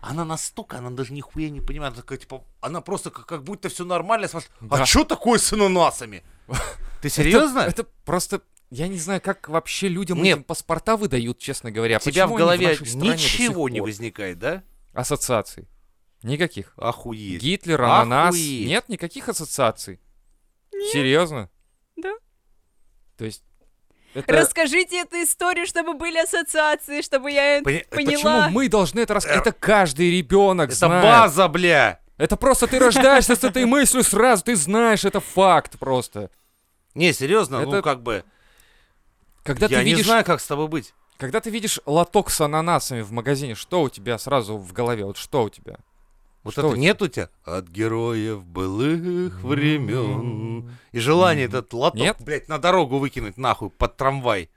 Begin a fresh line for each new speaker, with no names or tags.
она настолько, она даже нихуя не понимает, она такая, типа, она просто как, как будто все нормально, спрашивает,
Да.
а что такое с ананасами? Ты серьезно?
Это, это просто... Я не знаю, как вообще людям
Нет.
этим паспорта выдают, честно говоря.
У тебя в
Почему они
голове
нашей стране до сих
ничего не
пор?
возникает, да?
Ассоциаций. Никаких.
Охуеть.
Гитлер, ананас.
Охуеть.
Нет никаких ассоциаций. Серьезно?
Да.
То есть... Это...
Расскажите эту историю, чтобы были ассоциации, чтобы я это
Пони-
Почему
поняла.
мы должны это рассказать? Это каждый ребенок
Это
знает.
база, бля.
Это просто ты рождаешься с этой мыслью сразу, ты знаешь, это факт просто.
Не, серьезно, ну
Это-
как бы.
Когда
я
ты
не
видишь,
знаю, как с тобой быть.
когда ты видишь лоток с ананасами в магазине, что у тебя сразу в голове? Вот что у тебя?
Вот
Что у
это
тебя?
нет у тебя? От героев былых времен. И желание этот лоток,
Нет?
блядь, на дорогу выкинуть нахуй под трамвай.